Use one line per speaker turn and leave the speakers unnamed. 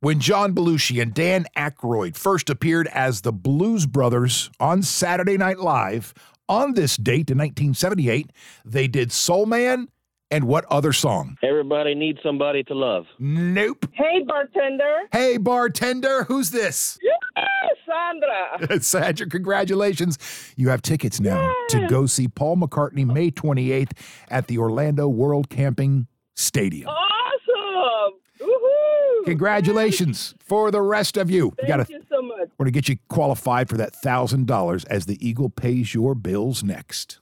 When John Belushi and Dan Aykroyd first appeared as the Blues Brothers on Saturday Night Live on this date in 1978, they did Soul Man and what other song?
Everybody needs somebody to love.
Nope.
Hey, bartender.
Hey, bartender, who's this?
Sandra.
Sandra, congratulations. You have tickets now to go see Paul McCartney May 28th at the Orlando World Camping Stadium.
Awesome. Woohoo.
Congratulations for the rest of you.
Thank
gotta-
you so much.
We're going to get you qualified for that $1,000 as the Eagle pays your bills next.